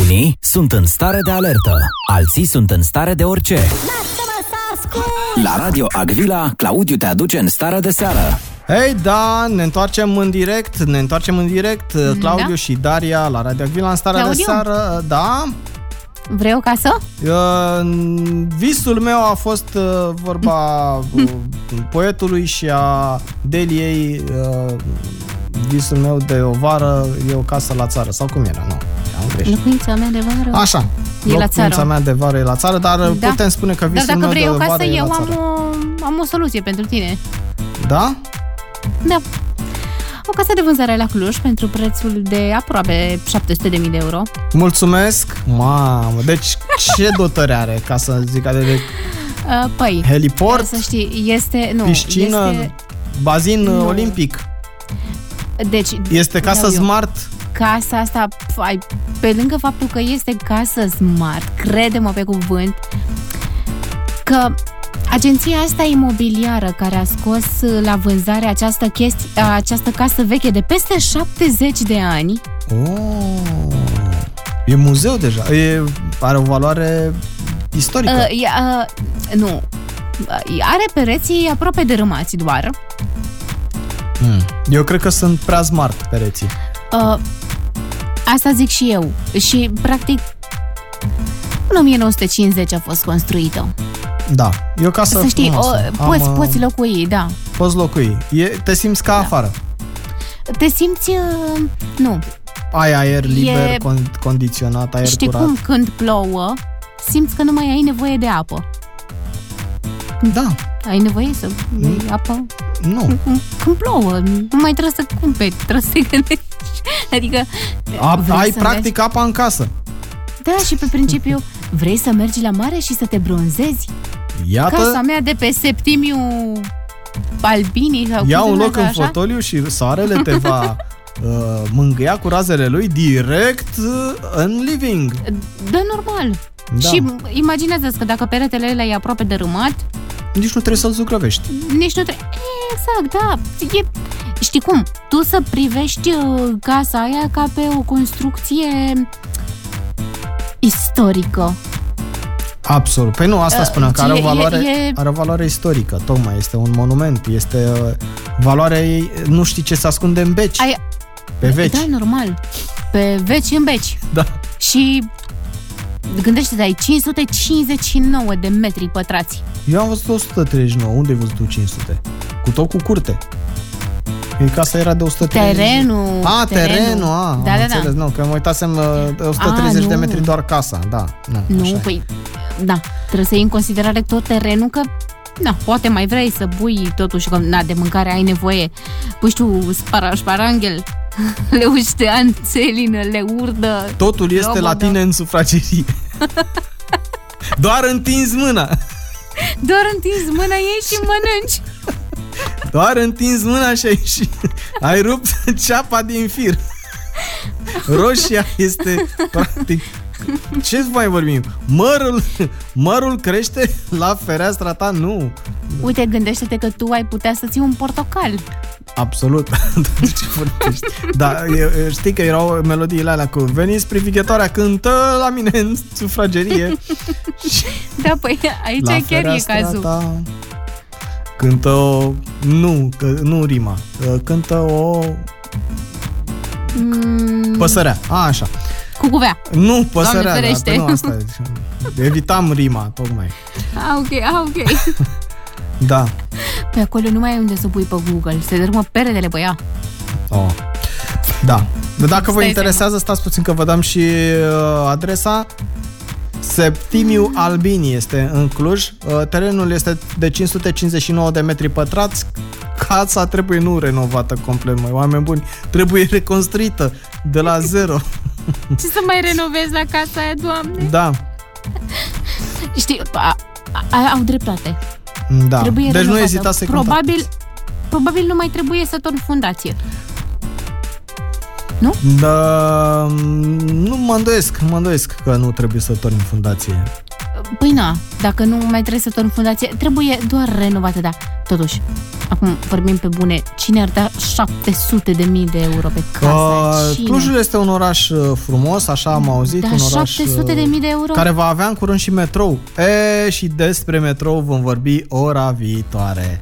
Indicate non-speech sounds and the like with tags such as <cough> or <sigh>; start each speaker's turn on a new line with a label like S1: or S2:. S1: Unii sunt în stare de alertă, alții sunt în stare de orice.
S2: Lasă-mă să ascult!
S1: La Radio Agvila, Claudiu te aduce în starea de seară.
S3: Hei, da, ne întoarcem în direct, ne întoarcem în direct, uh, Claudiu și Daria la Radio Agvila în starea
S2: Mhm, da. Claudiu?
S3: de seară, da.
S2: Vrei o casă?
S3: Uh, visul meu a fost uh,
S2: <laughs>
S3: vorba uh, poetului și a Deliei, uh, visul meu de o vară e o casă la țară, sau cum era, nu, am greșit.
S2: Locuința mea de vară.
S3: Așa,
S2: E la
S3: locuința
S2: țară.
S3: mea de vară e la țară, dar uh,
S2: Da.
S3: putem spune că
S2: Dar
S3: visul
S2: dacă
S3: meu
S2: vrei
S3: de
S2: o casă,
S3: vară e
S2: eu
S3: la
S2: am
S3: țară.
S2: o, am o soluție pentru tine.
S3: Da?
S2: Da. O casă de vânzare la Cluj pentru prețul de aproape 700.000 de euro.
S3: Mulțumesc! Mamă, deci
S2: <laughs>
S3: ce dotări are, ca să zic, adică de
S2: Uh, Păi,
S3: heliport,
S2: să știi, este... Nu,
S3: piscină,
S2: Este,
S3: bazin uh,
S2: Nu.
S3: olimpic.
S2: deci,
S3: Este
S2: vreau
S3: casă
S2: eu.
S3: smart.
S2: casa asta, pf, ai, pe lângă faptul că este casă smart, crede-mă pe cuvânt, că agenția asta imobiliară care a scos uh, la vânzare această, chesti, această casă veche de peste 70 de ani,
S3: Oh, e muzeu deja. E, are o valoare istorică.
S2: uh, e, uh, nu, uh, are pereții aproape dărâmați doar.
S3: Mm. Eu cred că sunt prea smart pereții.
S2: Uh, asta zic și eu. Și, practic, în 1950 a fost construită.
S3: Da, e o casă
S2: Să, știi, o,
S3: frumoasă. Am,
S2: poți,
S3: uh,
S2: poți Da. locui, da.
S3: poți locui. E, te simți ca afară.
S2: Te simți... uh, Nu,
S3: Ai aer liber,
S2: E-
S3: con- condiționat, aer
S2: știi
S3: curat.
S2: cum când plouă, simți că nu mai ai nevoie de apă.
S3: Da,
S2: Ai nevoie să
S3: Mm.
S2: iei apă
S3: nu.
S2: când- când plouă. Nu mai trebuie să cumperi, trebuie să te gândești. <laughs> Adică
S3: A,
S2: vrei
S3: ai
S2: să
S3: practic apa în casă.
S2: mergi- Da, și pe principiu, vrei să mergi la mare și să te bronzezi?
S3: Iată,
S2: Casa mea de pe Septimiu Albinii sau cum
S3: ia
S2: se
S3: un loc
S2: numește
S3: în
S2: așa?
S3: fotoliu și soarele te
S2: <laughs>
S3: va uh, mângâia cu razele lui direct uh, în living.
S2: Da, normal.
S3: Da.
S2: Și imaginează-ți că dacă peretele ăla e aproape dărâmat,
S3: Nici nu trebuie să-l zugrăvești.
S2: nici nu trebuie... Exact, da. E... Știi cum? Tu să privești uh, casa aia ca pe o construcție istorică.
S3: Absolut. Păi nu, asta
S2: Uh,
S3: spuneam, că are
S2: e-
S3: o,
S2: e-
S3: valoare,
S2: e-
S3: are o valoare istorică. Tocmai este un monument. Este uh, valoarea ei, nu știi ce se ascunde în beci.
S2: Ai...
S3: Pe veci.
S2: Da, normal. Pe veci în beci.
S3: Da.
S2: Și gândește-te, ai 559 de metri pătrați.
S3: Eu am văzut 139. Unde ai văzut tu 500? Cu tot cu curte. E casa era de 130.
S2: Terenul.
S3: A, terenul, terenul a,
S2: da,
S3: am
S2: da,
S3: înțeles,
S2: da.
S3: nu, că mă uitasem uh, 130
S2: A,
S3: de
S2: nu.
S3: metri doar casa, da. Nu, așa
S2: Nu,
S3: e.
S2: păi, da, trebuie să iei în considerare tot terenul, că Na, poate mai vrei să pui totuși, că na, de mâncare ai nevoie. Păi Pui tu spara, <laughs> sparanghel, leuștean, țelină, leurdă.
S3: Totul este
S2: Robot,
S3: la
S2: da.
S3: tine în sufragerie.
S2: <laughs>
S3: Doar întinzi mâna.
S2: Doar întinzi mâna ei și mănânci.
S3: Doar întinzi mâna și ai, și ai rupt ceapa din fir. Roșia este practic ce mai vorbim? Mărul, mărul crește la fereastra ta? Nu,
S2: Uite, gândește-te că tu ai putea să ții un portocal.
S3: absolut. <laughs> Dar de ce vorbești? Da, e- e, știi că erau melodiile alea cu veniți privighetoarea cântă la mine în
S2: <laughs>
S3: sufragerie.
S2: Da, păi aici
S3: La
S2: chiar e
S3: fereastra
S2: cazul.
S3: Ta. Cântă o... Nu, că, nu rima. Cântă o
S2: Mm,
S3: păsărea. A, așa.
S2: cu cuvea.
S3: Nu, păsărea, da,
S2: ferește.
S3: păi nu asta e.
S2: <laughs>
S3: Evitam rima, tocmai.
S2: A, ok, a,
S3: <laughs>
S2: ok.
S3: Da.
S2: Pe acolo nu mai ai unde să pui pe Google. Se dărâmă peretele pe
S3: <laughs>
S2: ea.
S3: Oh. Da. Dar Dacă vă
S2: Stai
S3: interesează, stați puțin că vă dăm și uh, adresa. Septimiu Albini este în Cluj. Uh, terenul este de 559 de metri pătrați. Casa trebuie nu renovată complet, mai oameni buni. Trebuie reconstruită de la zero.
S2: Ce să mai renovezi la casa aia, doamne?
S3: Da.
S2: Știi, a, a, au dreptate.
S3: Da.
S2: Trebuie
S3: deci
S2: renovată.
S3: nu ezitați să
S2: Probabil, probabil nu mai trebuie să torni fundație.
S3: Da, nu mă îndoiesc, mă îndoiesc că nu trebuie să torni fundație.
S2: Păi na, dacă nu mai trebuie să torni fundație, trebuie doar renovată, da. Totuși, acum vorbim pe bune, cine ar da 700 de mii de euro pe casă?
S3: Uh,
S2: Cine?
S3: Clujul este un oraș uh, frumos, așa am auzit,
S2: Da,
S3: un oraș
S2: 700 de
S3: uh,
S2: mii de euro?
S3: care va avea în curând și metrou. E, și despre metrou vom vorbi ora viitoare.